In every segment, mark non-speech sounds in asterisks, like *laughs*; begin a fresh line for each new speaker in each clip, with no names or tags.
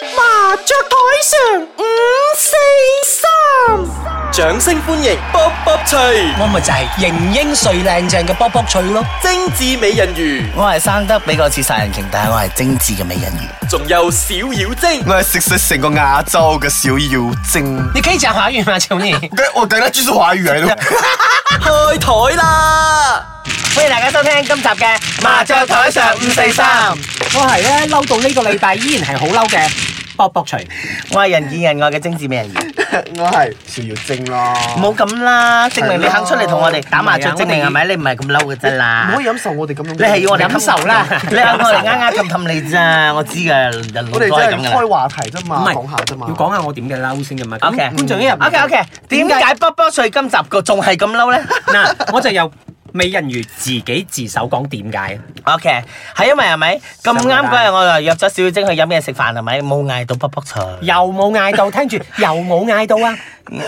雀台上五四三，掌聲歡迎卜卜脆，
我咪就係型英帥靚正嘅卜卜脆咯，
精緻美人魚，
我係生得比較似殺人鯨，但係我係精緻嘅美人魚。
仲有小妖精。
我係食食成個亞洲嘅小妖精。
你可以講華語嗎？
*laughs*
求你。
我等下繼續華語嚟咯。
開台啦！
歡迎大家收聽今集嘅麻雀台上五四三，我係咧嬲到呢個禮拜依然係好嬲嘅卜卜脆。
我係人見人愛嘅精緻美人魚。
*laughs* 我係小妖精咯。
唔好咁啦，證明你肯出嚟同我哋打麻
係
雀，
啊
證明係咪你唔係咁嬲嘅啫啦
唔。可以忍受我哋咁樣。
你係要我哋
忍受啦
*laughs* 你係我哋啱啱氹氹你咋，我知噶，人老
我
都
哋
係
真
咁
係
噶
開
啦。
話題啫嘛，講下啫嘛。
要講下我點嘅嬲先嘅嘛。咁
OK
觀眾一入嚟
OK OK，點解卜卜脆今集個仲係咁
*laughs*
嬲咧？
嗱，我就由美人魚自己自首講點解。
OK，係因為係咪咁啱嗰日我就約咗小晶去飲嘢食飯係咪？冇嗌到卜卜脆，
又冇嗌到，聽住又冇嗌到啊！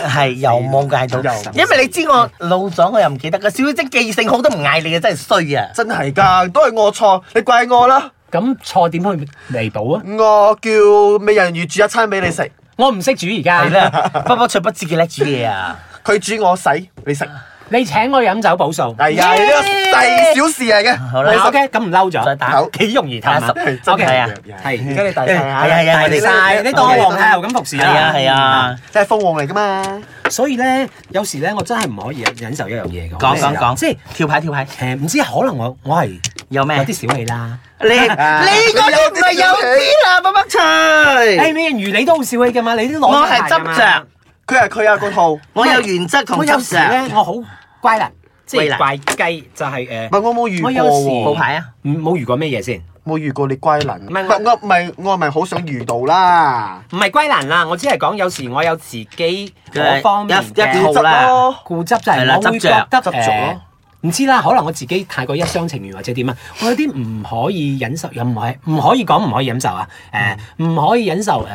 係又冇嗌到
又，
因為你知我老咗，我又唔記得個小晶記性好都唔嗌你嘅，真係
*laughs*
衰啊！
真係㗎，都係我錯，你怪我啦。
咁錯點去彌補啊？
我叫美人魚煮一餐俾你食，
我唔識煮而
係
家，
啦，卜卜脆不知幾叻煮嘢啊！
佢煮我洗，你食。係
你請我飲酒補數。
啊，呢個細小事嚟嘅。
好啦
你食
嗱 OK，咁唔嬲咗。
再打
好
幾容易氹
八十
啊
真
！OK，
係啊
係
而家你大晒啊！
係啊係啊
大晒，你當我皇太后咁服侍嗯
係啊係啊，
即係鳳凰嚟㗎嘛。
所以咧，有時咧，我真係唔可以忍受一樣嘢嘅。
講講講，
即係啊
跳牌跳牌，
誒，唔知可能我我係
有咩
有？啲小氣啦。*laughs*
你你嗰啲唔係有啲啦，卜卜
誒，
脆。
美人魚你都好小氣㗎嘛，你都攞
我
真
係
牌㗎嘛
執着，
佢係佢有個套，唔
我有原則同
我有
執
時
着。
咧，我好乖啦，即
乖
係
啦
怪雞，就係誒，
係我冇遇過
我有時
冇
喎，
牌啊！
唔冇遇過咩嘢先？
冇遇過你乖能。唔
係
係我唔係我咪好想遇到啦。
唔係歸難啦，我只係講有時我有自己嗰方面
一一
嘅
套啦
固執，就
係啦
係我會
執著
覺得
執著
誒
咯
唔知啦，可能我自己太過一廂情願或者點啊，我有啲唔可以忍受，又唔係唔可以講唔可以忍受啊，誒
嗯
唔可以忍受誒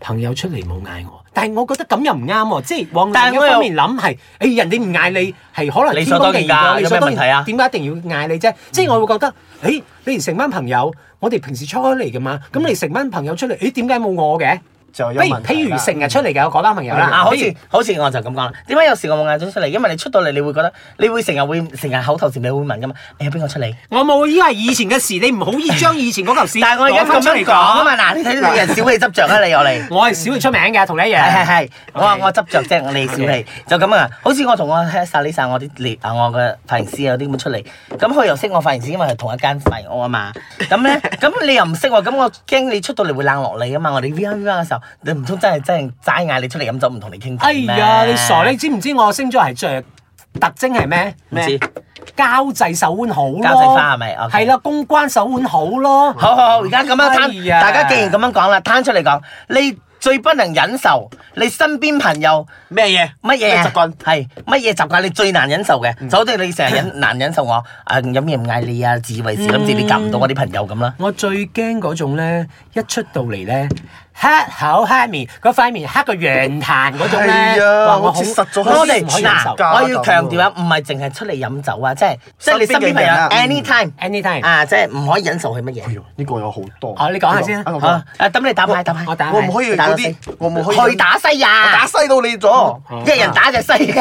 朋友出嚟冇嗌我，但係我覺得咁又唔啱喎，即係往
但係
另一
我又
方面諗係，誒人哋唔嗌你係可能
理所當然
天公
㗎
地義㗎
有咩問題啊
點解一定要嗌你啫？即係我會覺得，誒你哋成班朋友，我哋平時初開嚟㗎嘛，咁你成班朋友出嚟，誒點解冇我嘅？
就有
譬如
問題
譬如
啦
成日出嚟嘅嗰班朋友啦，
啊，好
譬
似
如
好似我就咁講啦。點解有時我冇嗌咗出嚟？因為你出到嚟，你會覺得你會成日會成日口頭禪，你會問噶嘛？你有邊個出嚟？
我冇，依個係以前嘅事，你唔好以將以前嗰 *laughs* 嚿事
但係我而家
攞返
咁
出嚟
樣講啊嘛，嗱，你睇
*laughs*
到你人小氣執着啊，你又嚟。
我 *laughs* 係小氣出名嘅，同你一樣。
係係係，我話
OK
我執着啫，我哋小氣就咁啊！好似我同我 hair 曬呢曬我啲列啊，我嘅髮型師有啲咁出嚟，咁佢又識我髮型師，因為係同一間髮型屋啊嘛。咁
*laughs*
咧，咁你又唔識喎，咁我驚你出到嚟會冷落你啊嘛！我哋 V R V R 嘅時候，你唔通真係真係齋嗌你出嚟飲酒唔同你傾偈
哎
咩
呀，你傻！你知唔知我星座係着特徵係咩？
唔知
交際手腕好咯。
交際花係咪？OK
係啦，公關手腕好咯。
好好好，而家咁樣攤，
哎呀
大家既然咁樣講啦，攤出嚟講，你最不能忍受你身邊朋友
咩嘢？
乜嘢
咩習慣
係乜嘢習慣你最難忍受嘅？就好似你成日忍難忍受我啊，有咩唔嗌你啊，自以為是，諗住你夾唔到我啲朋友咁啦。
我最驚嗰種咧，一出到嚟咧，黑口黑面，嗰塊面黑個羊炭嗰種咧，
係啊
哇
我
好
接實咗佢
我
我
哋
哋
唔可以忍受
嗱，我要強調啊，唔係淨係出嚟飲酒啊，即係即係你身邊朋友
身邊
anytime
anytime
啊，即係唔可以忍受佢乜嘢。
哎呦，呢個有好多。
哦你講下先啊
啊我講
啊，誒等你打牌打牌，
我打牌
我唔可以
打
嗰
到
啲
西，
我唔可以。
去打西
我
呀
打！西到你咗。
哦
一人打隻西，
*laughs*
一圍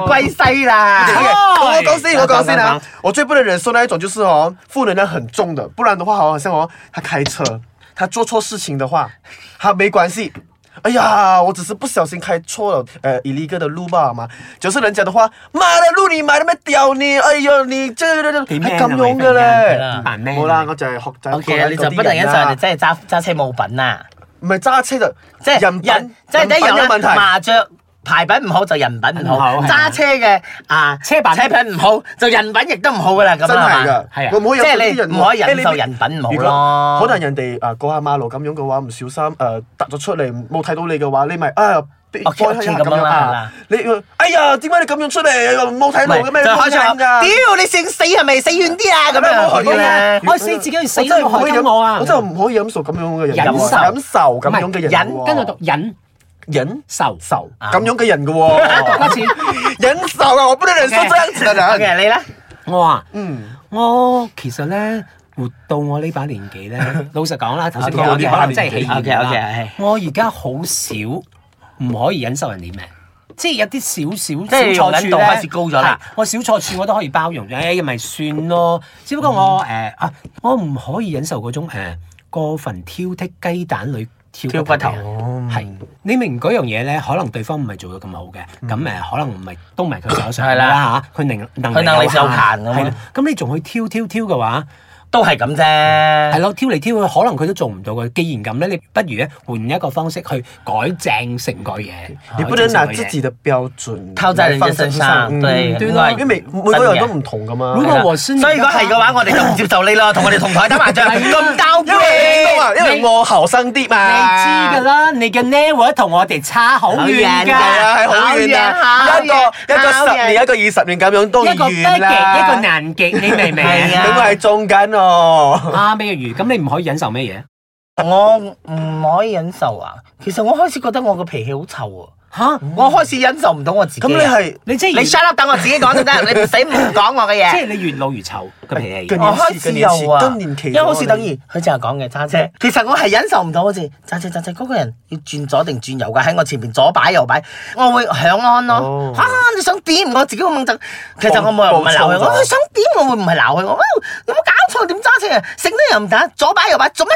歸
哎
西啦。
OK，我講哎先，我講先
講講
啊
講！
我最不能忍受那一種就是哦，负能量很重的，不然的话，好像哦，他开车，他做错事情的话，他没关系。哎呀，我只是不小心开错了，呃，illegal 的路吧嘛。就是人家的话，妈的路你买那么屌你，哎呦你这这
幾
係
man 啊
咁樣嘅
喂
咧
咁樣，扮 man
冇啦，我就係學習
O K 啊，你就不能忍受人哋真係揸揸車冇品啊！
唔係揸車就
即係
人品，
即係一
人品有
樣
問
啦。
題。
麻雀牌品唔好就人品唔
唔好
好，
係
揸車嘅啊
車品
車品唔好就人品亦都唔好噶啦，咁
真
係
係
嘛
噶？，
係啊
我唔可以
即係你
忍受啲人
唔可以
話
忍
誒你
受
你
人品唔好
如
咯
果可能人哋啊過下馬路咁樣嘅話，唔小心誒突咗出嚟，冇睇到你嘅話，你咪啊俾
哦
開一下
咁樣
咁樣
啦係
啊
啦！
你哎呀，點解你咁樣出嚟？冇睇
唔
路
係
嘅咩？
就開
咁
槍
樣㗎
屌你想死係咪？死遠啲啊！咁樣
咁樣
嗰啲咧
冇啊
我係死自己去死
我真係唔可
都
以
害
忍
緊我啊
我真係唔可以忍受咁樣嘅人喎，
忍受
忍受咁樣嘅人喎，
忍，跟住讀忍
忍
受
受
啊
咁樣嘅人嘅
*laughs*
喎，
開始。
*laughs* 忍受啊！我不能忍受這樣子的人。
嘅你咧，
我啊，
嗯，
我其實咧活到我呢把年紀咧，
*laughs*
老實講啦，頭先
OK，OK，
講嗰啲可能真係起義
OK，OK，
啦
係。
我而家好少唔可以忍受人哋咩，即係有啲少
即係
少小錯處
忍
咧
度開始高咗啦
係我小錯處我都可以包容，誒咪算咯。只不過
嗯
我誒啊，我唔可以忍受嗰種誒過分挑剔雞蛋裏挑
挑骨頭
係你明嗰樣嘢咧，可能對方唔係做到咁好嘅，咁誒可能唔係都唔係佢所想
係啦
啦嚇，佢能能
佢能力有限咁啊
係啦咁你仲去挑挑挑嘅話，
都係咁啫。
係咯，挑嚟挑去，可能佢都做唔到嘅。既然咁咧，你不如咧換一個方式去改正成個嘢。
你不
改正
能
成
拿
個嘢
自己。的標準
套在人家
來放
身上
嗯
對
對
另外
啦，因為每每個人都唔同噶嘛。
如
因
果我是你
所以如果
話
係嘅話，我哋就唔接受你啦，同我哋同台打麻
*laughs* 啊
將咁兜
為你
嘅
懂。嘛，因為我後生啲
你
嘛。
知㗎啦，你嘅 level 同我哋差好遠
好遠
㗎，
㗎
係啊，係好遠
好
啊！
遠
一個一
好
個十
遠
年，一個二十年咁樣都
一個北極，
遠
一個
啦。
南極，你明唔明？
係啊
咁 *laughs* 我係中間哦。
啊，咩魚？咁你唔可以忍受咩嘢？
我唔可以忍受啊！其實我開始覺得我個脾氣好臭啊！
嚇！
我開始忍受唔到我自己啊。
嗯咁你係
你即係
你 shut up，等我自己講就得，你唔使唔講我嘅
即係
嘢。
你越老越臭個脾氣
更。
我哦開始有啊，
更年期
因
嗯
為好似等於佢淨係講嘅揸車，其實我係忍受唔到，好似揸車揸車嗰個人要轉左定轉右㗎，喺我前面左擺右擺，我會響安咯
哦。
啊，你想點？我自己會掹震。其實我冇人唔係鬧佢，
暴躁咗
我想點我會唔係鬧佢，我有冇搞錯點揸車啊？成都又唔打，左擺右擺做乜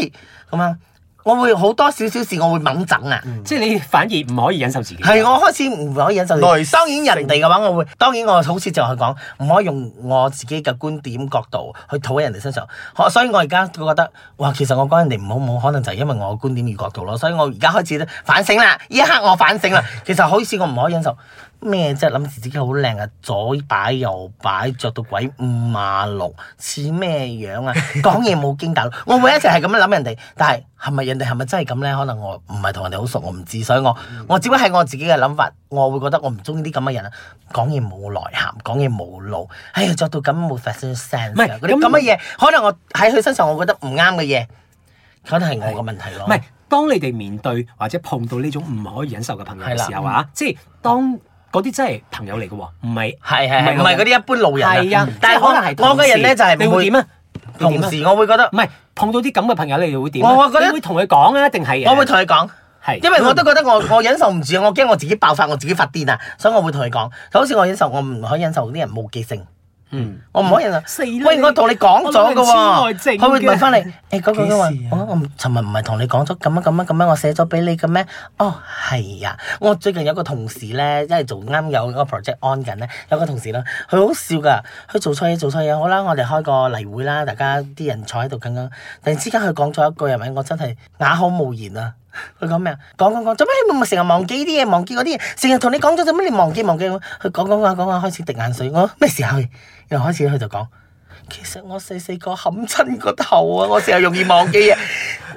鬼？咁啊，我會好多少少事，我會掹整啊。
即係你反而唔可以忍受自己。
係，我開始唔可以忍受你。
耐性
當然人哋嘅話，我會當然我好似就係講，唔可以用我自己嘅觀點角度去套喺人哋身上。我所以我而家都覺得，哇，其實我講人哋唔好唔好，可能就係因為我嘅觀點與角度咯。所以我而家開始咧反省啦，呢一刻我反省啦。其實好似我唔可以忍受咩啫，諗住自己好靚啊，左擺右擺，着到鬼五馬六，似咩樣啊？ *laughs* 講嘢冇經大腦，我會一直係咁樣諗人哋，但係係咪人哋係咪真係咁咧？可能我唔係同人哋好熟，我唔知，所以我
嗯
我只不過係我自己嘅諗法，我會覺得我唔中意啲咁嘅人啊，講嘢冇內涵，講嘢冇腦，哎呀，着到咁冇 fashion sense，啊
唔
嗰
係
啲
咁
咁嘅嘢，可能我喺佢身上我覺得唔啱嘅嘢，可能係我嘅問題咯。
唔係，當你哋面對或者碰到呢種唔可以忍受嘅朋友
係啦嗯
嘅時候啊，即係當嗰啲真係朋友嚟嘅喎，唔係
係係係，唔係嗰啲一般路人啊。
係啊，
但係
即係
可
可能係
能係我嘅人咧就係
你
唔
會
會
點啊？你會點
同
啊
時我會覺得
唔，係碰到啲咁嘅朋友，你哋會點啊？
我我覺得
你會同佢講啊，定係
我會同佢講。
係嗯
因為我都覺得我我忍受唔住，啊我驚我自己爆發，我自己發癲啊，所以我會同佢講，就好似我忍受，我唔可以忍受啲人冇記性，
嗯
我唔可以忍受。
死啦
喂，
你
我同你講咗噶
我
喎
明知，
佢
我
會
係正嘅
問翻你，誒嗰個嘅話
幾時，啊
我我尋日唔係同你講咗咁樣咁樣咁樣，我寫咗俾你嘅咩？哦，係啊，我最近有個同事咧，因為做啱有個 project on 緊咧，有個同事啦，佢好笑噶，佢做錯嘢做錯嘢，好啦，我哋開個例會啦，大家啲人坐喺度緊緊，突然之間佢講咗一句係咪？我真係啞口無言啊！佢講咩啊？講講講，做咩你咪成日忘記啲嘢，忘記嗰啲嘢，成日同你講咗，做咩你忘記忘記？佢講講下講下開始滴眼水，我咩時候？然後開始佢就講。其實我細細個冚親個頭啊，我成日容易忘
*laughs*
記嘢。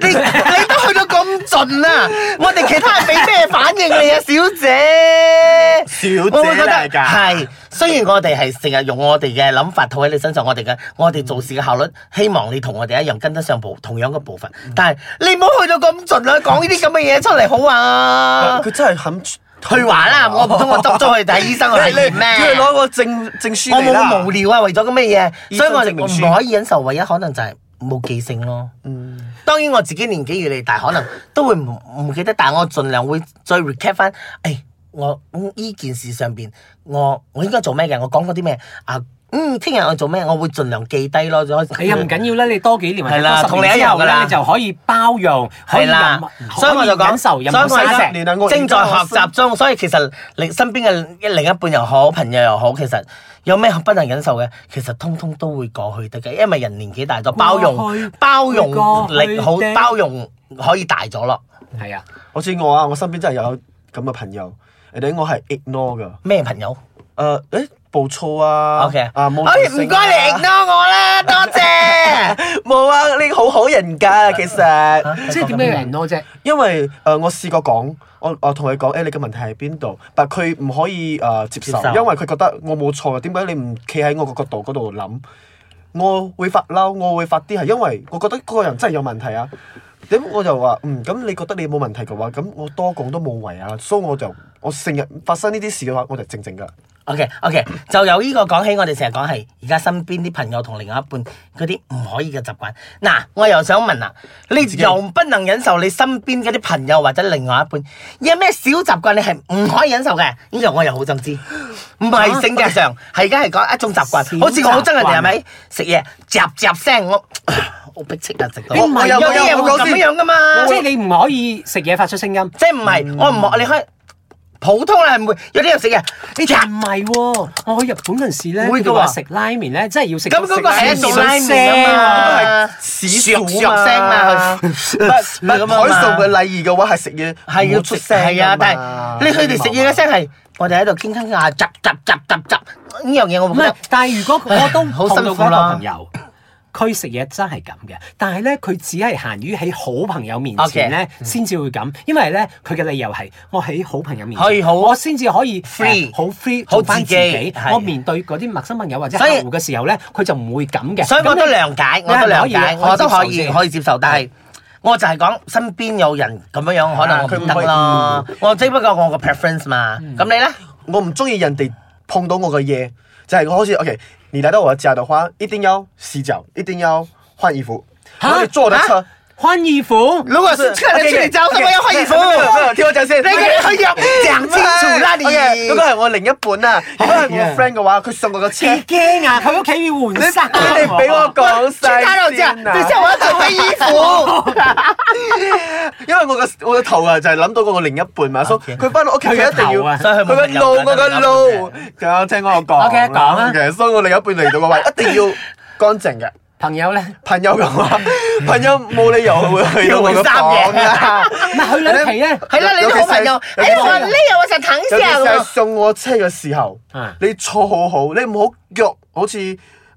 你你都去到咁盡啦，我哋其他人俾咩反應你啊，小姐？
小
我會覺
姐
得
嚟㗎
係，雖然我哋係成日用我哋嘅諗法套喺你身上，我哋嘅我哋做事嘅效率，希望你同我哋一樣跟得上步同樣嘅步伐。但係你唔好去到咁盡啦，講呢啲咁嘅嘢出嚟好啊！
佢真係肯
去話啦，我唔通我執咗去睇醫生我係
你你
咩？
要攞個證證書
我
嚟
冇
啦
咁無聊啊，為咗咁嘅嘢，
醫
所以
生
我
證明書
哋唔可以忍受，唯一可能就係冇記性咯。
嗯，
當然我自己年紀越嚟越大，可能都會唔唔記得，但係我盡量會再 recap 翻，誒、我嗯呢件事上邊，我我應該做咩嘅，我講過啲咩啊？嗯，聽日我做咩，我會盡量記低咯。
你哎啊又唔緊要啦，你多幾年或
係
者多
啦
十
同你
年
一
之
樣
後
㗎啦
咧，你就可以包容，可以
係啦
任，
所以我就
可忍
講，所
受，
以
任
我
何沙石
你兩個
而家正在學習
而
中，所以其實你身邊嘅另一半又好，朋友又好，其實有咩不能忍受嘅，其實通通都會過去得嘅，因為人年紀大咗，包
過
容
去
包容
會過
力
去
好，
的
包容可以大咗咯。
係啊，
好似我啊，我身邊真係有咁嘅朋友，誒，等我係 ignore 噶，
咩朋友
誒，呃誒，暴躁啊
OK
啊冇
哎
耐
唔
性啊，
該
*laughs*
你 ignore 我啦，多謝。
冇啊，你好好人㗎，其實。
即係點解有人多啫？
啊因為誒、呃我試過講，我我同佢講，誒、你嘅問題喺邊度？但佢唔可以誒、呃接受，
接受
因為佢覺得我冇錯嘅，啊點解你唔企喺我個角度嗰度諗？我會發嬲，我會發啲係因為我覺得嗰個人真係有問題啊！咁我就話嗯，咁你覺得你冇問題嘅話，咁我多講都冇謂啊！所以我就我成日發生呢啲事嘅話，我就靜靜㗎。
OK OK，就由呢個講起，我哋成日講係而家身邊啲朋友同另外一半嗰啲唔可以嘅習慣。嗱，我又想問啦，你又不能忍受你身邊嗰啲朋友或者另外一半有咩小習慣你係唔可以忍受嘅？呢樣我又好想知，唔係性格上，係而家係講一種啊習慣，好似我好憎人哋係咪食嘢嚼嚼聲，我 *laughs* 好逼切啊食到，
你唔係
我有
有
啲嘢
有
會
有
咁樣噶嘛，
即係你唔可以食嘢發出聲音。
即係唔係我唔學你開普通啦，唔會有啲人食嘢
你就唔係喎，我去日本嗰陣時咧，
會
佢
㗎
哋話
喎
食拉麵咧，真係要食
咁嗰個係一種拉麵啊
聲
嘛，
屎
嚼
鼠
嚼聲嘛，*laughs*
唔
唔
係
係
海
咁啊
獸嘅
嘛，
禮儀嘅話係食嘢
係要
冇出聲㗎嘛
係啊，但係你佢哋食嘢嘅聲係，我哋喺度傾傾下，雜雜雜雜雜呢樣嘢我
唔
會覺
係
得，
但係如果我都
*laughs* 好
碰到
辛苦
嗰個
啦
朋友。佢食嘢真係咁嘅，但係咧佢只係限於喺好朋友面前咧，
嗯
先至會咁。因為咧佢嘅理由係我喺好朋友面前，
可以好
我先至可以
free
呃好 free
好
做翻
自
自
己
己。
係
我面對嗰啲陌生朋友或者客
所以
戶嘅時候咧，佢就唔會咁嘅。
所以我
咁
都
你
諒解，
你
我
係咪
都
可
諒
以
解，我都可以
先
可以接受，但係。我就係講身邊有人咁樣樣，可能我
佢
唔
唔
得
可以
咯。我只不過我個 preference 嘛。咁你咧？
我唔中意人哋碰到我嘅嘢，就係、我好似 OK，你來到我的家的話，一定要洗腳，一定要換衣服，然後你坐我的車。
換衣
*laughs*
服，
如果是客人去你家，怎麼要換衣服？
没有沒有，聽我講先。
你嘅佢又講清楚啦，你。哎
OK，嗰個係我另一半啊，如果係我 friend 嘅話，佢上我嘅車，
幾
你
驚啊！佢屋企要換衫啊喎。
哋俾我講
到
晒
這樣，
先
等一下
啊！
我要準備衣 *laughs* 服。
因為我嘅我嘅頭啊，就係諗到我另一半嘛，所以佢翻到屋企佢一定
佢嘅頭啊
要，
所以佢
佢
冇
個
理由
路我個
㗎
路，就有聽我講。
OK，講啊
嘅，所以我另一半嚟到嘅話，一定要乾淨嘅。
*laughs* 朋友咧。
朋友嘅話，朋友冇理由會去到我
*laughs*
嘅房噶。
唔係去你屋企咧，
係啦，你啲好朋友，哎呀，我呢日我想躺
尤其
下
是係
喎。
送我車嘅時候
啊，
你坐好好，你唔好喐，好似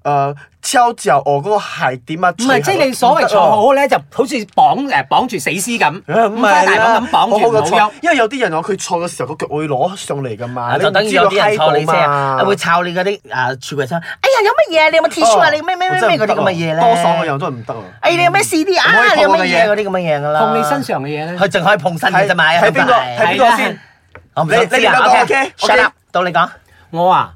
誒敲嚼我嗰個鞋點啊。
唔係即係你所謂坐好咧，就好似綁誒綁住死屍咁，
唔
五花
係
大
啦
綁咁，綁
好
住
過
冇
坐
休。，
因為有啲人我佢坐嘅時候個腳會攞上嚟噶嘛，
就等於有啲人
坐
抄你
啊
車，會抄你嗰啲啊櫥櫃箱。哎呀，有乜嘢？你有冇 T 恤啊？你咩咩咩咩嗰啲咁嘅嘢咧？
多手嘅人都唔得啊！
哎，你有咩 CD 啊？你有乜嘢嗰啲咁嘅嘢噶啦？
碰你身上嘅嘢咧，
佢淨可以碰身嘅啫嘛。
睇邊個？睇邊個
係啦
先？
我唔想知啊。OK，shut up，到你講。
我啊，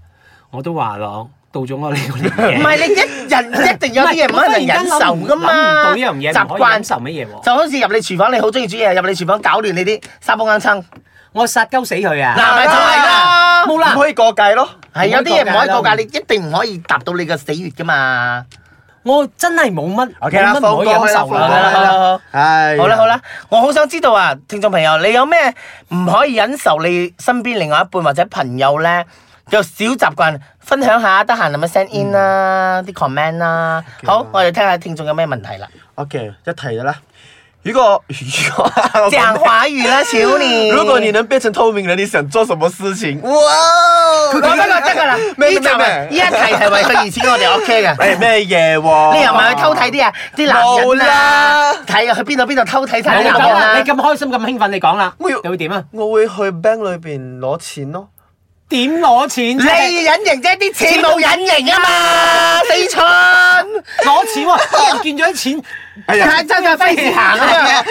我都話咯，到咗我呢個年
唔
紀，
係你一 *laughs* 人一定有啲嘢唔可能忍受噶嘛，
諗唔到呢樣嘢，唔可以忍受乜嘢喎？
就好似入你廚房，你好中意煮嘢，入你廚房搞亂你啲沙煲罌罉，
我殺鳩死佢啊！
嗱咪就係啦，
冇
唔
啦，
可以過界咯。
係啊有啲嘢唔可以告
唔可以告
解，
誡
你一定唔可以達到你嘅死穴噶嘛。
我真係冇乜
OK 啦
冇乜唔可以忍受
放過
啦
好啦好
啦放過啦。
啦好啦，
唉
好啦好啦，我好想知道啊，聽眾朋友，你有咩唔可以忍受你身邊另外一半或者朋友咧嘅小習慣，分享下，得閒咁咪 send in 啦，啲 comment à. 啦。好，我哋聽下聽眾有咩問題啦。
OK，一題的啦。如果如果我
講華語啦，小你。
如果你能变成透明人，你想做什么事情？哇！
我不過得㗎啦，呢
咩
集啊
咩
呢一題係為咗以前我哋 OK 嘅。
诶咩嘢喎？
你又咪去偷睇啲啊？啲男
冇
人啊
啦，
睇啊，去邊度邊度偷睇晒
你
啲男
咁
人
啦
啊
你？咁開心咁興奮，你講啦，
我要
你會點啊？
我會去 bank 裏边攞錢咯。
點攞錢啫？
你隱形啫，啲錢冇隱形啊嘛，死蠢！
攞錢喎，啲人見咗啲錢，
哎
太真係費事行啊！哎呀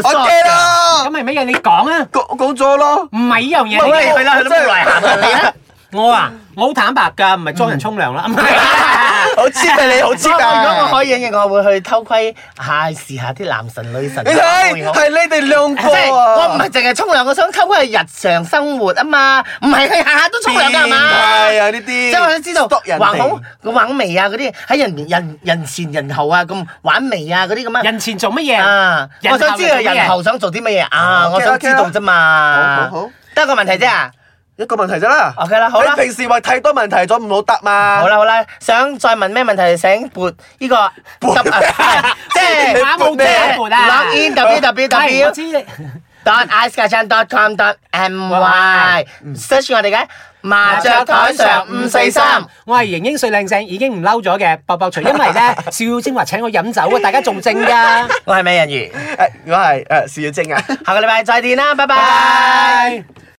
，OK，啦，
咁係乜嘢？你講啊！
講講咗咯。
唔係呢樣嘢
傻
嚟
喂
嘅。
係啦，去到邊度嚟行啊？你咧？
我啊，我好坦白㗎，唔係裝人沖涼啦，唔
嗯
係。
好 cheap 啊你，好
我
cheap 啊！
如果我可以隱形，我會去偷窺下試下啲男神女神。
你睇係你哋兩
即係
個啊！
我唔係淨係沖涼，我想偷窺佢日常生活啊嘛，唔係佢下下都沖涼㗎係嘛？
係啊呢啲，
即係我想知道
stalk 人
玩好
哋。
玩眉啊嗰啲喺人人人前人後啊咁玩眉啊嗰啲咁
*laughs*
樣。
人前做乜嘢？
啊！
人
我想知道人後想做啲乜嘢啊！
OK，
我想知道啫嘛。
OK 啦好好好
得一個問題啫。
一個問題啫啦。
OK 啦好啦
你平時話太多問題咗唔好答嘛。
好啦好啦，想再問咩問題？請撥呢個十
*laughs*
啊，即係
打冇
咩
打撥啊！
log in w w
係
w
我知你
dot icekitchen dot com dot my
嗯
search 我哋嘅麻雀台上五四三。，
我係型英帥靚正，已經唔嬲咗嘅，博博除，因為
*laughs*
咧邵耀晶話請我飲酒啊，大家仲正㗎。
我係美人魚，
誒，我係誒事業精啊。
下個禮拜再見啦，拜拜。
拜。